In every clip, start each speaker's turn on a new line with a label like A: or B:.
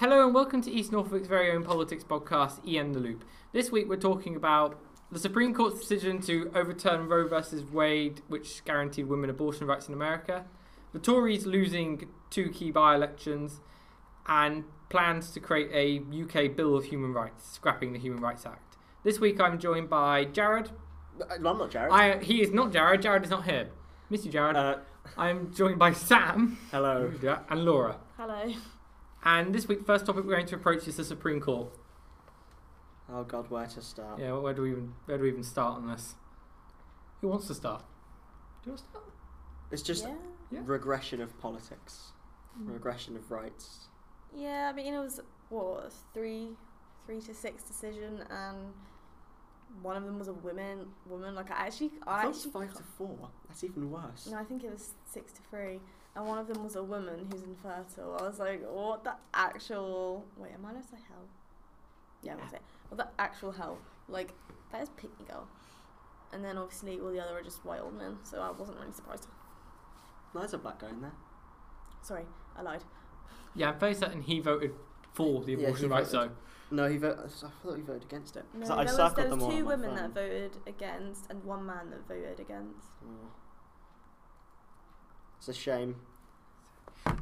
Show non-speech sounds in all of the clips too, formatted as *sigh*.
A: Hello and welcome to East Norfolk's very own politics podcast, EN The Loop. This week we're talking about the Supreme Court's decision to overturn Roe versus Wade, which guaranteed women abortion rights in America, the Tories losing two key by elections, and plans to create a UK Bill of Human Rights, scrapping the Human Rights Act. This week I'm joined by Jared.
B: No, I'm not Jared.
A: I, he is not Jared, Jared is not here. Miss you, Jared.
B: Uh,
A: I'm joined by Sam
B: hello.
A: Mm. and Laura.
C: Hello.
A: And this week, the first topic we're going to approach is the Supreme Court.
B: Oh God, where to start?
A: Yeah, where do we even where do we even start on this? Who wants to start? Do you want to start?
B: It's just
C: yeah.
A: Yeah.
B: regression of politics,
C: Mm.
B: regression of rights.
C: Yeah, I mean it was what a three, three to six decision, and one of them was a women woman. Like I actually, I,
B: I thought it was
C: actually,
B: five to four. That's even worse.
C: no, I think it was six to three, and one of them was a woman who's infertile. I was like, what the actual? Wait, am I allowed to say hell? Yeah, I'm gonna say it. what the actual hell? Like that is picky girl. And then obviously all the other are just white old men, so I wasn't really surprised.
B: No, There's a black guy in there.
C: Sorry, I lied.
A: Yeah, I'm fairly certain he voted for the
B: Yeah, he
A: abortion rights though.
B: voted. No, he voted. I thought he voted against it. 'Cause
C: No,
B: I
C: there was,
B: circled
C: there
B: them all
C: was
B: on
C: two
B: my
C: women that
B: phone.
C: voted against and one man that voted against.
B: Oh. It's a shame.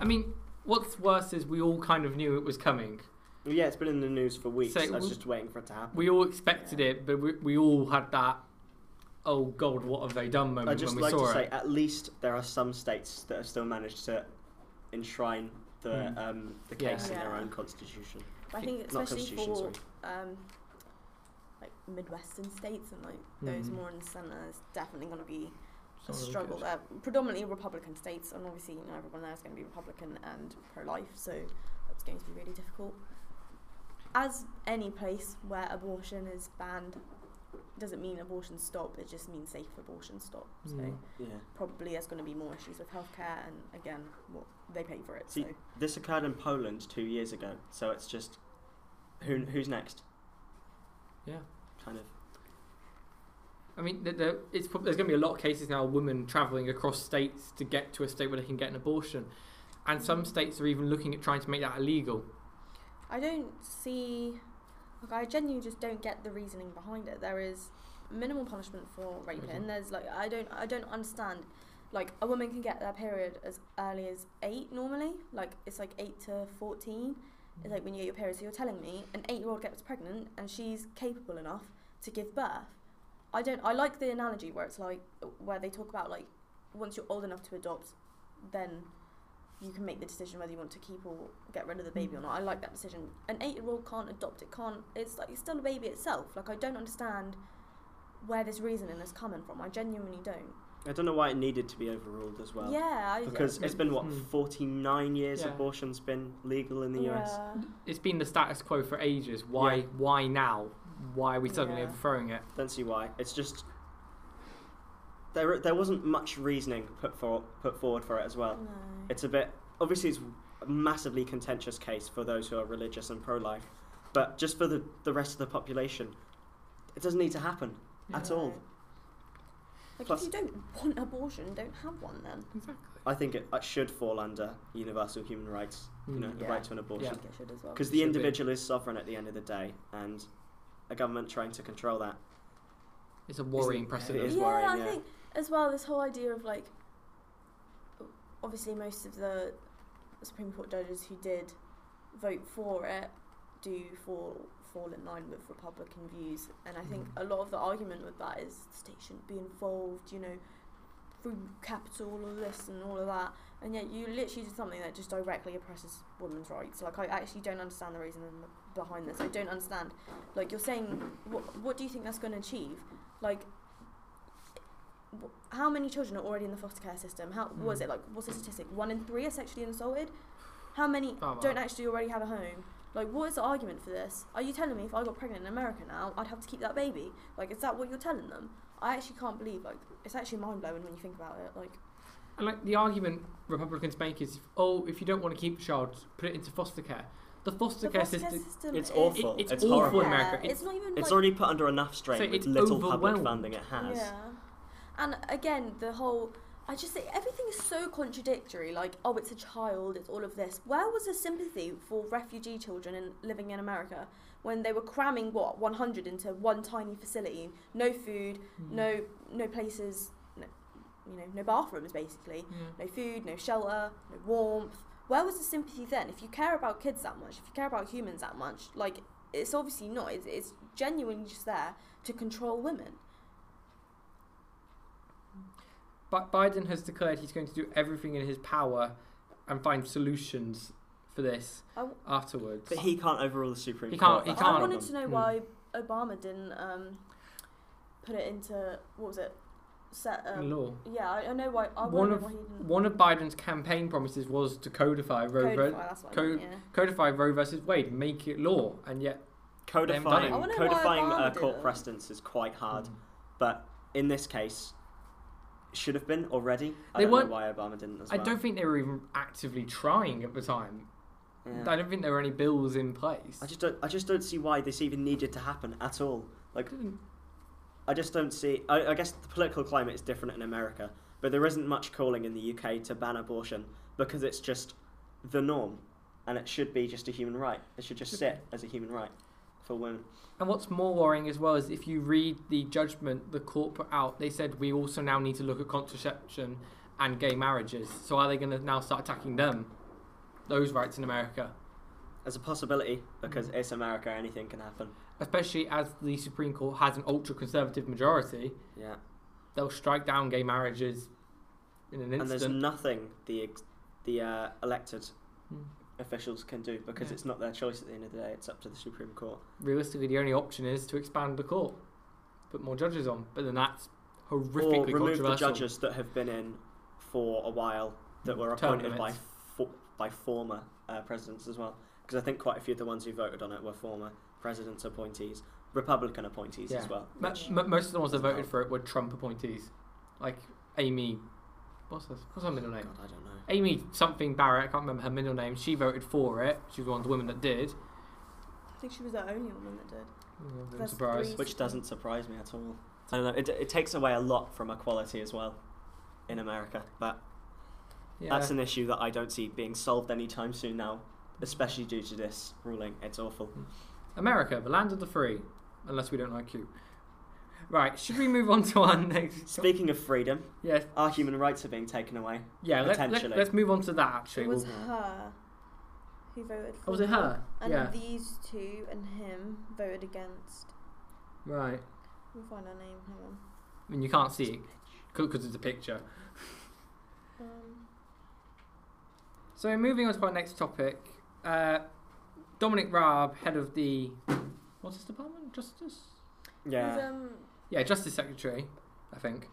A: I mean, what's worse is we all kind of knew it was coming.
B: Well, yeah, it's been in the news for weeks.
A: So
B: I was
A: we-
B: just waiting for it to happen.
A: We all expected it, but we, we all had that oh god, what have they done
B: I
A: moment when
B: just
A: we
B: like
A: saw
B: to say,
A: it.
B: at least there are some states that have still managed to enshrine the
A: Mm.
B: um, the
A: Yeah.
B: case in their
C: Yeah.
B: own constitution.
C: But I think
B: Not
C: especially
B: constitution,
C: for
B: sorry.
C: um, like midwestern states and like
B: Mm-hmm.
C: those
A: Mhm.
C: more in the centre, it's definitely going to be a
A: Some of them
C: struggle
A: good.
C: there. Predominantly Republican states, and obviously you know everyone there is going to be Republican and pro-life, so that's going to be really difficult. As any place where abortion is banned, doesn't mean abortion stop. It just means safe abortion stop. So.
A: Mm.
B: Yeah.
C: probably there's going to be more issues with healthcare, and again, what they pay for it.
B: See,
C: so
B: this occurred in Poland two years ago, so it's just who who's next?
A: Yeah.
B: Kind of.
A: I mean, th the, it's, prob- there's going to be a lot of cases now of women travelling across states to get to a state where they can get an abortion. And
B: Hmm.
A: some states are even looking at trying to make that illegal.
C: I don't see, like, I genuinely just don't get the reasoning behind it. There is minimal punishment for rape,
A: Mhm.
C: and there's like I don't I don't understand. Like a woman can get their period as early as eight normally. Like it's like eight to fourteen. It's like when you get your period. So you're telling me an eight-year-old gets pregnant and she's capable enough to give birth. I don't. I like the analogy where it's like where they talk about like once you're old enough to adopt, then you can make the decision whether you want to keep or get rid of the baby or not. I like that decision. An eight-year-old can't adopt. It can't. It's like it's still a baby itself. Like I don't understand where this reasoning is coming from. I genuinely don't.
B: I don't know why it needed to be overruled as well.
C: yeah, I,
B: Because it's been what
A: Hmm.
B: forty nine years
A: Yeah.
B: abortion's been legal in the
C: yeah.
B: US.
A: it's been the status quo for ages. Why?
B: Yeah.
A: Why now? Why are we suddenly
C: Yeah.
A: overthrowing it?
B: Don't see why. It's just there there wasn't much reasoning put for put forward for it as well.
C: No.
B: It's a bit obviously it's a massively contentious case for those who are religious and pro life, but just for the the rest of the population, it doesn't need to happen at
C: No.
B: all.
C: Like
B: Plus-
C: if you don't want abortion, don't have one then.
A: Exactly.
B: I think it, it should fall under universal human rights, you know, the
C: Yeah.
B: right to an
C: I
B: abortion.
C: think it should as well.
B: Because
A: Mm, It
B: the
A: should be.
B: individual is sovereign at the end of the day, and a government trying to control that.
A: It's a worrying
B: Isn't-
A: precedent.
B: it is
C: yeah,
B: worrying,
C: I
B: yeah.
C: think as well this whole idea of like obviously most of the Supreme Court judges who did vote for it do fall fall in line with Republican views and I think
A: Mm.
C: a lot of the argument with that is the state shouldn't be involved, you know, through capital all of this and all of that. And yet you literally did something that just directly oppresses women's rights. Like I actually don't understand the reason behind this. I don't understand. Like you're saying, what what do you think that's going to achieve? Like, wh- how many children are already in the foster care system? How what was
A: Mm.
C: it like? What's the statistic? One in three are sexually assaulted. How many
A: Wow, wow.
C: don't actually already have a home? Like, what is the argument for this? Are you telling me if I got pregnant in America now, I'd have to keep that baby? Like, is that what you're telling them? I actually can't believe. Like, it's actually mind blowing when you think about it. Like,
A: And like the argument Republicans make is, oh, if you don't want to keep a child, put it into foster care. The foster
C: the
A: care
C: foster care
A: system.
C: system
B: It's
C: is-
B: awful.
A: It, it's,
B: It's
A: awful
B: horrible.
A: in America.
C: Yeah,
A: It's,
C: it's, not even.
B: It's
C: like,
B: already put under enough strain
A: So
B: with
A: it's
B: little public
A: overwhelmed.
B: funding it has.
C: Yeah. And again, the whole I just think everything is so contradictory. Like, oh, it's a child, it's all of this. Where was the sympathy for refugee children in, living in America when they were cramming what 100 into one tiny facility? No food,
A: Mm.
C: no no places, no, you know, no bathrooms basically,
A: Yeah.
C: no food, no shelter, no warmth. Where was the sympathy then? If you care about kids that much, if you care about humans that much, like it's obviously not. It's, it's genuinely just there to control women.
A: Bi- Biden has declared he's going to do everything in his power and find solutions for this
C: I w-
A: afterwards.
B: But he can't overrule the Supreme
A: He
B: Court.
A: can't- he
B: that's
A: can't.
B: the
C: I wanted to
B: problem.
C: know
A: Hmm.
C: why Obama didn't um, put it into what was it? Set,
A: In
C: um,
A: law.
C: yeah, I, I know why. I
A: One
C: wonder
A: of-
C: why he didn't
A: One of Biden's campaign promises was to codify Roe,
C: codify.
A: ver-
C: that's what I
A: code-
C: meant, yeah.
A: codify Roe versus Wade, make it law, and yet
B: Codifying,
A: I
C: wonder why
B: codifying
C: Obama
B: uh,
C: did
B: court
C: it.
B: precedence is quite hard,
A: Mm.
B: but in this case, should have been already. I
A: They
B: don't know
A: weren't-
B: why Obama didn't as
A: I
B: well.
A: don't think they were even actively trying at the time.
B: Yeah.
A: I don't think there were any bills in place.
B: I just don't. I just don't see why this even needed to happen at all. Like,
A: Didn't-
B: I just don't see. I, I guess the political climate is different in America, but there isn't much calling in the UK to ban abortion because it's just the norm, and it should be just a human right. It should just sit as a human right for women.
A: And what's more worrying as well is if you read the judgment the court put out, they said we also now need to look at contraception and gay marriages. So are they going to now start attacking them, those rights in America?
B: As a possibility, because it's America, anything can happen.
A: Especially as the Supreme Court has an ultra conservative majority,
B: Yeah.
A: they'll strike down gay marriages in an
B: And there's
A: instant.
B: nothing the ex- the uh, elected
A: Mm.
B: officials can do because
A: Yeah.
B: it's not their choice at the end of the day. It's up to the Supreme Court.
A: Realistically, the only option is to expand the court, put more judges on. But then that's
B: or
A: horrifically
B: remove
A: controversial.
B: the judges that have been in for a while that were
A: Term
B: appointed by
A: limits.
B: fo- by former uh, presidents as well, because I think quite a few of the ones who voted on it were former presidents' appointees, Republican appointees
A: Yeah.
B: as well.
A: Mo-
B: which-
A: mo- most of the ones that
B: doesn't
A: voted
B: help.
A: for it were Trump appointees, like Amy. What's her, what's her middle name?
B: God, I don't know.
A: Amy something Barrett. I can't remember her middle name. She voted for it. She was one of the women that did.
C: I think she was the only woman that did.
A: I'm
C: That's
A: surprised.
C: three-
B: Which doesn't surprise me at all. I don't know. It, it takes away a lot from equality as well in America. That
A: Yeah.
B: that's an issue that I don't see being solved anytime soon now, especially due to this ruling. It's awful.
A: America, the land of the free, unless we don't like you. Right, should we move on to our next?
B: Speaking of freedom,
A: Yeah,
B: our human rights are being taken away.
A: yeah. Let, let,
B: Potentially.
A: let's move on to that.
C: It
A: Actually,
C: was
A: We'll-
C: her who voted for
A: oh, was it her?
C: And
A: yeah.
C: these two and him voted against.
A: Right.
C: We'll find her name. Hang on.
A: I mean, you can't see it because it's a picture.
C: Um,
A: So moving on to our next topic, uh, Dominic Raab, head of the what's his department? Justice.
B: Yeah.
C: who's, um,
A: Yeah, Justice Secretary, I think,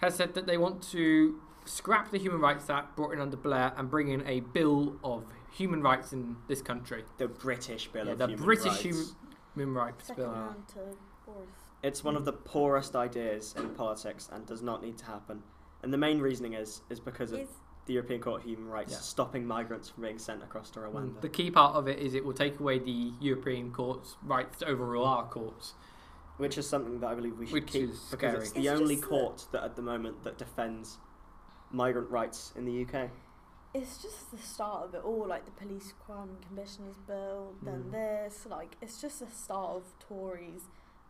A: has said that they want to scrap the Human Rights Act brought in under Blair and bring in a bill of human rights in this country.
B: the British Bill
A: Yeah,
B: of
A: the
B: Human
A: British
B: Rights.
A: Hum- Human Rights
C: second
A: Bill.
C: round to fourth.
B: It's one of the poorest ideas in politics and does not need to happen. And the main reasoning is is because of
C: Is
B: the European Court of Human Rights
A: Yeah. Mm,
B: stopping migrants from being sent across to Rwanda.
A: The key part of it is it will take away the European court's rights to overrule our courts.
B: which is something that I believe we should
A: Which
B: keep
A: is
B: because
A: scary.
B: it's the
C: It's
B: only
C: just that-
B: court that at the moment that defends migrant rights in the UK.
C: it's just the start of it all, like the police crime and commissioners bill, then
A: Mm.
C: this, like it's just the start of Tories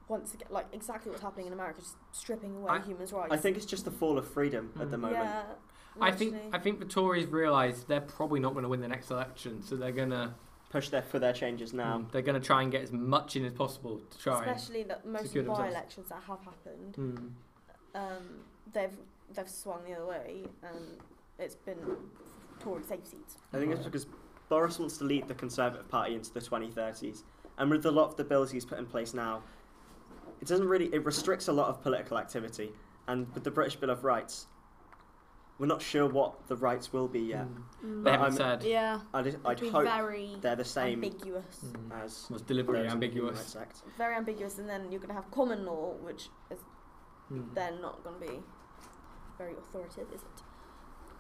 C: once again, like exactly what's happening in America, just stripping away
A: I-
C: human rights.
B: I think it's just the fall of freedom at the
A: Mm.
B: moment.
C: Yeah,
A: I think
C: literally.
A: I think the Tories realise they're probably not going to win the next election, so they're gonna
B: Push their for their changes now.
A: mm, they're gonna try and get as much in as possible to try. and-
C: especially that most of
A: secure
C: the
A: themselves.
C: by-elections that have happened,
A: Mm.
C: um, they've they've swung the other way, and it's been Tory safe seats.
B: I think it's
A: Right.
B: because Boris wants to lead the Conservative Party into the 2030s, and with a lot of the bills he's put in place now, it doesn't really it restricts a lot of political activity. And with the British Bill of Rights, we're not sure what the rights will be yet.
A: Mm. They
B: But
A: haven't
B: I'm-
A: said.
C: Yeah,
B: I'd, I'd hope
C: very
B: they're the same
C: ambiguous.
A: Mm.
B: as
A: Was deliberately
B: those in the Human
A: ambiguous.
B: Rights Act.
C: Very ambiguous, and then you're gonna have common law, which is
A: Mm.
C: they're not going to be very authoritative, is it?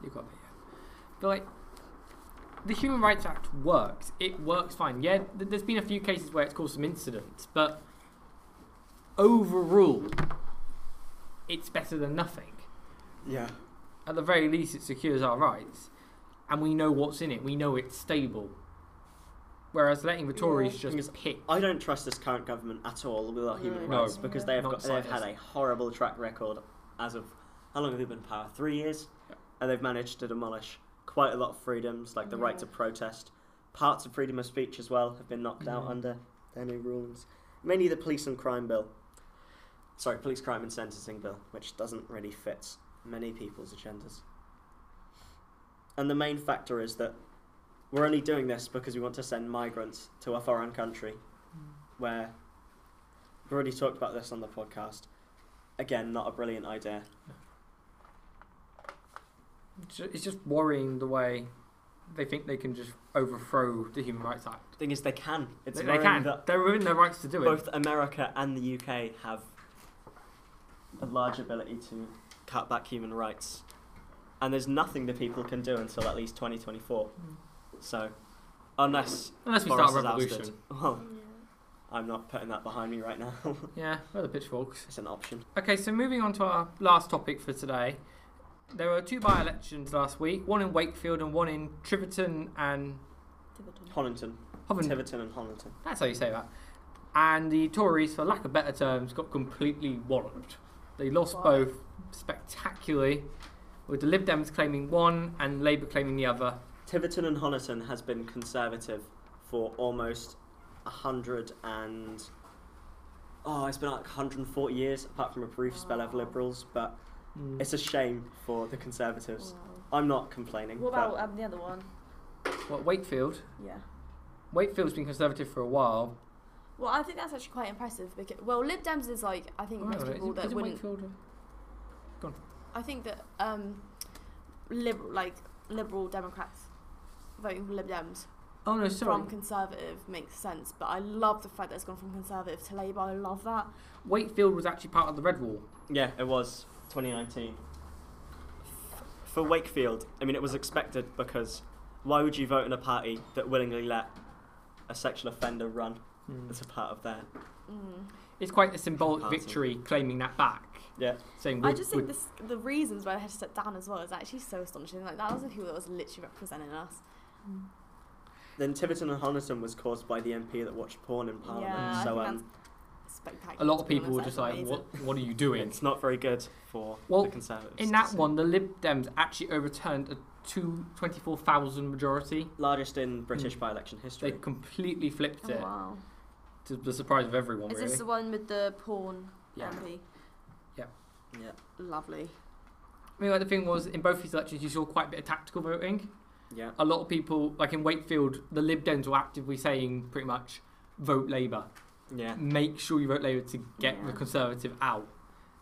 A: You Mm. got that, yeah. But like, the Human Rights Act works. It works fine. Yeah, th- there's been a few cases where it's caused some incidents, but overall, it's better than nothing.
B: Yeah.
A: at the very least, it secures our rights, and we know what's in it. We know it's stable. Whereas letting the
C: Yeah.
A: Tories
B: Thing is,
A: just pick.
B: I don't trust this current government at all with our human
A: No.
B: rights because they have
A: Not
B: got, they've had a
A: slightest.
B: horrible track record as of how long have they been in power? Three years,
A: Yeah.
B: and they've managed to demolish quite a lot of freedoms like the right
C: Yeah.
B: to protest, parts of freedom of speech as well have been knocked out
A: Mhm.
B: under their new rulings. Mainly the police and crime bill, sorry, police crime and sentencing bill, which doesn't really fit many people's agendas. And the main factor is that we're only doing this because we want to send migrants to a foreign country where we've already talked about this on the podcast. Again, not a brilliant idea.
A: ju- It's just worrying the way they think they can just overthrow the Human Rights Act.
B: Thing is, they can. It's
A: they, they
B: worrying
A: can.
B: that
A: They're within their rights to do it.
B: both America and the UK have a large ability to cut back human rights, and there's nothing the people can do until at least 2024. So, unless
A: Unless we
B: Boris
A: start a
B: is
A: revolution.
B: ousted, *laughs* well,
C: Yeah.
B: I'm not putting that behind me right now. *laughs*
A: Yeah, where are the pitchforks?
B: it's an option.
A: Okay, so moving on to our last topic for today. There were two by elections last week, one in Wakefield and one in Triverton and
C: Tiverton.
B: Honiton,
A: Hoven.
B: Tiverton, and Honiton.
A: That's how you say that. And the Tories, for lack of better terms, got completely walloped. They lost
C: Wow.
A: both spectacularly, with the Lib Dems claiming one and Labour claiming the other.
B: Tiverton and Honiton has been conservative for almost a hundred and oh, it's been like 140 years, apart from a brief spell of
C: Wow.
B: Liberals. But
A: Mm.
B: it's a shame for the Conservatives.
C: Wow.
B: I'm not complaining.
C: What
B: but
C: about um, the other one?
A: What, Wakefield?
C: Yeah.
A: Wakefield's been Conservative for a while.
C: Well, I think that's actually quite impressive because well, Lib Dems is like I think most
A: Oh, Is it-
C: people
A: is
C: that
A: it
C: wouldn't.
A: Wakefield?
C: I think that um, liberal like liberal Democrats voting for Lib Dems
A: Oh no, sorry.
C: from conservative makes sense. But I love the fact that it's gone from conservative to Labour. I love that.
A: Wakefield was actually part of the Red Wall.
B: Yeah, it was 2019. For Wakefield, I mean, it was expected because why would you vote in a party that willingly let a sexual offender run as a part of their
C: Mm.
A: It's quite a symbolic
B: Party.
A: victory claiming that back.
B: yeah?
A: Saying
C: I
A: we-
C: just
A: we-
C: think this, the reasons why they had to step down as well is actually so astonishing. Like that was the people that was literally representing us.
B: Then Tiverton and Honiton was caused by the MP that watched porn in Parliament.
C: yeah, I
B: so
C: think
B: um,
C: that's
A: a
C: spectacular.
A: lot of
C: to be
A: people were
C: honest.
A: just
C: That's
A: like,
C: amazing.
A: what, what are you doing?
B: It's not very good for
A: Well,
B: the Conservatives.
A: In
B: to
A: that
B: see.
A: one, the Lib Dems actually overturned a two, 24,000 majority.
B: largest in British
A: Mm.
B: by-election
A: They
B: history.
A: completely flipped
C: Oh,
A: it
C: wow.
A: to the surprise of everyone,
C: Is
A: really.
C: this the one with the porn
B: Yeah.
C: MP?
B: yeah,
C: Lovely.
A: I mean, like, the thing was, in both these elections, you saw quite a bit of tactical voting.
B: yeah.
A: A lot of people, like in Wakefield, the Lib Dems were actively saying pretty much, vote Labour.
B: Yeah.
A: Make sure you vote Labour to get the
C: Yeah.
A: Conservative out.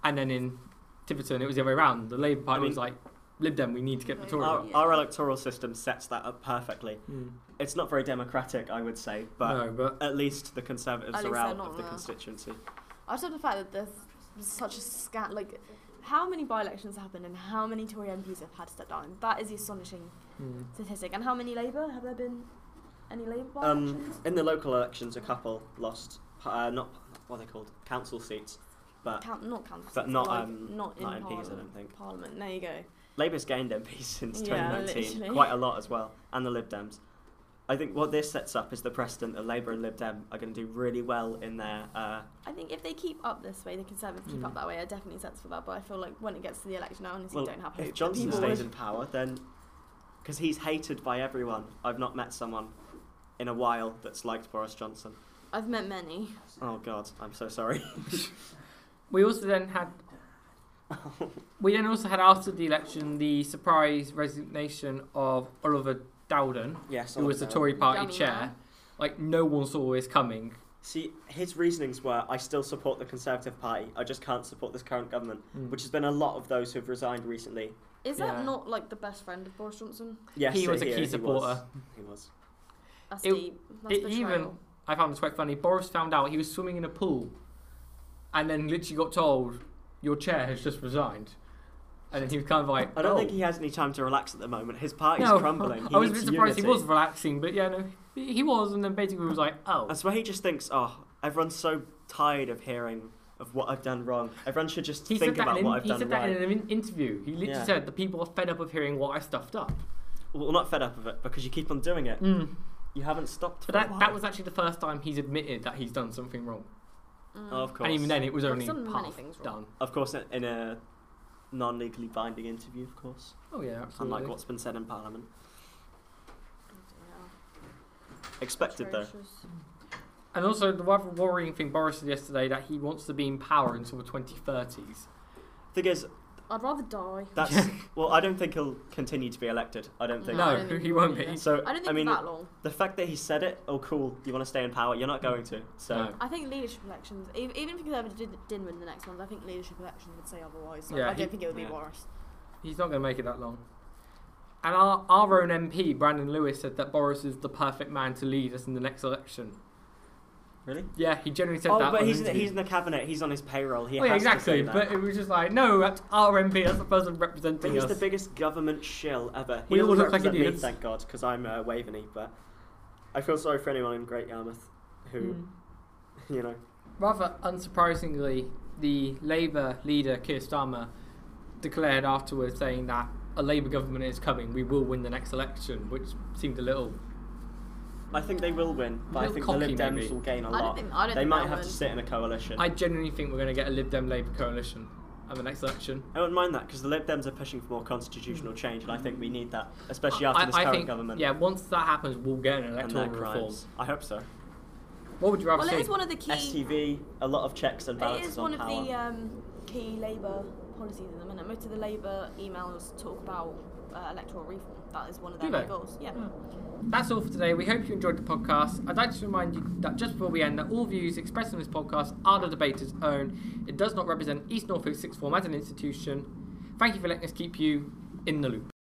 A: And then in Tiverton, it was the other way around. The Labour Party
B: I mean-
A: was like, Lib Dem, we need to get the
C: Vote
A: Tories
B: Our,
A: out.
C: Labour.
B: our electoral system sets that up perfectly.
A: Mm.
B: It's not very democratic, I would say, but
A: no, but
B: at least the Conservatives
C: At
B: are
C: least
B: out
C: they're not
B: of the
C: there.
B: constituency.
C: I just love the fact that there's such a scat. Like, how many by-elections happened and how many Tory MPs have had to step down? That is the astonishing
A: mm.
C: statistic. And how many Labour have there been? Any Labour
B: Um,
C: by-elections?
B: in the local elections, a couple lost, uh, not what are they called, council seats. But
C: Count, not council,
B: but
C: seats,
B: not,
C: like,
B: um,
C: not in
B: not MPs, I
C: Parliament.
B: don't think.
C: Parliament. There you go.
B: Labour's gained MPs *laughs* since
C: Yeah,
B: 2019,
C: literally.
B: quite a lot as well, and the Lib Dems. I think what this sets up is the precedent that Labour and Lib Dem are going to do really well in their uh,
C: I think if they keep up this way, the Conservatives keep
B: Hmm.
A: Mm.
C: up that way. I definitely sense for that. But I feel like when it gets to the election, I honestly
B: Well,
C: don't have hope.
B: if
C: that
B: Johnson
C: people
B: stays
C: would-
B: in power, then because he's hated by everyone, I've not met someone in a while that's liked Boris Johnson.
C: I've met many.
B: Oh God, I'm so sorry.
A: We also then had. we then also had after the election the surprise resignation of Oliver Dowden,
B: *laughs* yes,
A: who was the Tory Party
C: Dummy
A: chair.
C: man.
A: Like no one saw this coming.
B: See, his reasonings were: I still support the Conservative Party. I just can't support this current government, which has been a lot of those who've resigned recently.
C: Is
A: Yeah.
C: that not like the best friend of Boris Johnson?
B: Yes,
A: He was a
B: it-
A: key
B: was.
A: supporter.
B: He was.
C: That's
A: It-
C: deep. That's
A: it even-
C: betrayal.
A: I found this quite funny. Boris found out he was swimming in a pool, and then literally got told, "Your chair has just resigned," and then he was kind of like,
B: I don't
A: "Oh."
B: think he has any time to relax at the moment. His party's
A: No. *laughs*
B: crumbling. He
A: I was a bit
B: needs
A: surprised he
B: unity.
A: was relaxing, but yeah, no, he he was, and then basically was like, "Oh,
B: That's where he just thinks, oh, everyone's so tired of hearing of what I've done wrong. Everyone should just
A: He said
B: think
A: that,
B: about
A: in,
B: what I've
A: he
B: done
A: said that
B: right.
A: in an interview. He literally
B: Yeah.
A: said the people are fed up of hearing what I stuffed up.
B: Well, not fed up of it because you keep on doing it.
A: Mm.
B: You haven't stopped. for
A: But
B: a
A: that,
B: while.
A: that was actually the first time he's admitted that he's done something wrong.
C: Mm.
B: Oh, of course.
A: And even then, it was
C: I've
A: only
C: done many
A: half
C: things wrong.
A: done.
B: Of course, in- in a non-legally binding interview, of course,
A: Oh yeah, absolutely.
B: unlike what's been said in Parliament.
C: Yeah.
B: Expected though.
C: Atrocious.
A: And also the rather worrying thing Boris said yesterday that he wants to be in power until the 2030s.
B: Thing is,
C: I'd rather die.
B: that's *laughs* well. I don't think he'll continue to be elected. I don't think.
A: No,
C: I don't think
A: he
C: it
A: won't
C: will
A: be.
C: either.
B: So
C: I don't think
B: mean,
C: for that long.
B: the fact that he said it, oh cool, you want to stay in power? You're not going to. So
A: No.
C: I think leadership elections, e- even if Conservative did, didn't win the next ones, I think leadership elections would say otherwise. Like,
A: Yeah,
C: I don't
A: he-
C: think it would be
B: yeah.
C: worse.
A: He's not going to make it that long. And our, our own MP, Brandon Lewis, said that Boris is the perfect man to lead us in the next election.
B: really.
A: Yeah, he generally said
B: oh,
A: that.
B: but
A: on
B: he's
A: an
B: in, the,
A: interview.
B: he's in the cabinet. He's on his payroll. He
A: oh, yeah,
B: has
A: exactly.
B: To say that.
A: But it was just like, no, that's our MP, that's the person
B: But
A: representing
B: he's
A: us.
B: the biggest government shill ever.
A: We
B: He
A: all
B: doesn't
A: look like
B: represent me,
A: idiots.
B: thank God, because I'm uh, Waveney. But I feel sorry for anyone in Great Yarmouth who,
A: Mm.
B: *laughs* you know,
A: Rather unsurprisingly, the Labour leader, Keir Starmer, declared afterwards saying that a Labour government is coming, we will win the next election, which seemed a little.
B: I think they will win. But I
A: Little
B: think the Lib
A: cocky,
B: Dems
A: maybe.
B: will gain a
C: I
B: lot.
C: don't think. I don't
B: they
C: think
B: might
C: they'll
B: have
C: win.
B: to sit in a coalition.
A: I genuinely think we're going to get a Lib Dem Labour coalition at the next election.
B: I don't mind that because the Lib Dems are pushing for more constitutional change, and I think we need that, especially
A: Hmm. I-
B: after this
A: I
B: current
A: think,
B: government
A: Yeah, once that happens, we'll get an
B: and
A: electoral
B: their
A: reform.
B: crimes. I hope so.
A: What would you rather
C: Well,
A: see?
C: it is one of the key.
B: STV, a lot of checks and
C: It
B: balances
C: is one
B: on
C: of
B: power.
C: the um, key Labour policies at the minute. Most of the Labour emails talk about uh, electoral reform. That is one of
A: Do
C: their main
A: they?
C: goals. Yeah.
B: Hmm.
A: That's all for today. We hope you enjoyed the podcast. I'd like to remind you that just before we end, that all views expressed on this podcast are the debater's own. It does not represent East Norfolk Sixth Form as an institution. Thank you for letting us keep you in the loop.